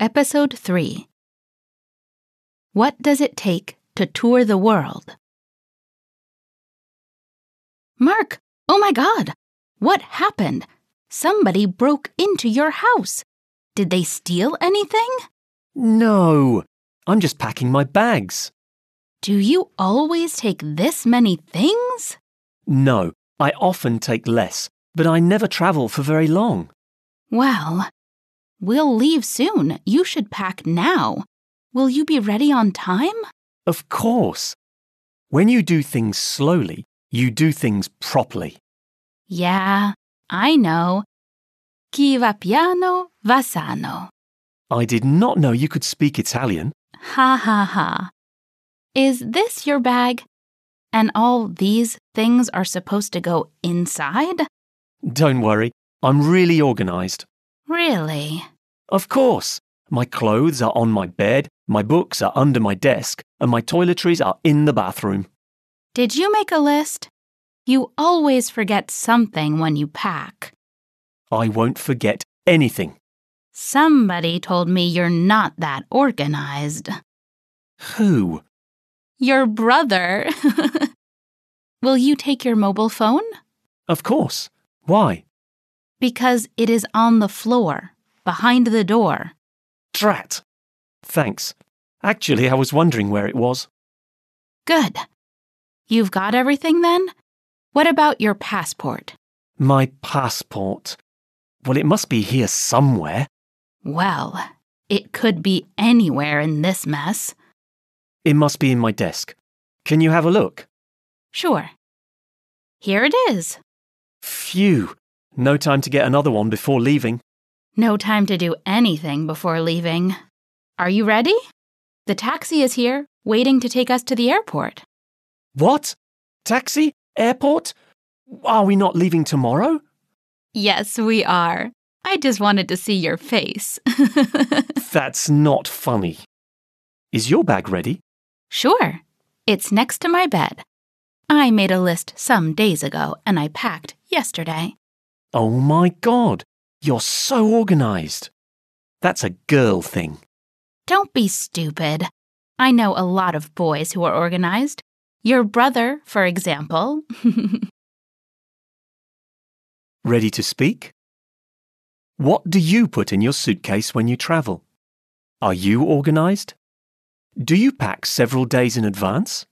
Episode 3 What Does It Take to Tour the World? Mark, oh my god! What happened? Somebody broke into your house. Did they steal anything? No, I'm just packing my bags. Do you always take this many things? No, I often take less, but I never travel for very long. Well, we'll leave soon. You should pack now. Will you be ready on time? Of course. When you do things slowly, you do things properly. Yeah, I know. Chi va piano va sano. I did not know you could speak Italian. Ha ha ha. Is this your bag? And all these things are supposed to go inside? Don't worry, I'm really organized. Really? Of course. My clothes are on my bed, my books are under my desk, and my toiletries are in the bathroom. Did you make a list? You always forget something when you pack. I won't forget anything. Somebody told me you're not that organized. Who? Your brother. Will you take your mobile phone? Of course. Why? Because it is on the floor, behind the door. Drat! Thanks. Actually, I was wondering where it was. Good. You've got everything then? What about your passport? My passport. Well, it must be here somewhere. Well, it could be anywhere in this mess. It must be in my desk. Can you have a look? Sure. Here it is. Phew! No time to get another one before leaving. No time to do anything before leaving. Are you ready? The taxi is here, waiting to take us to the airport. What? Taxi? Airport? Are we not leaving tomorrow? Yes, we are. I just wanted to see your face. That's not funny. Is your bag ready? Sure. It's next to my bed. I made a list some days ago and I packed yesterday. Oh my god! You're so organized! That's a girl thing. Don't be stupid. I know a lot of boys who are organized. Your brother, for example. Ready to speak? What do you put in your suitcase when you travel? Are you organized? Do you pack several days in advance?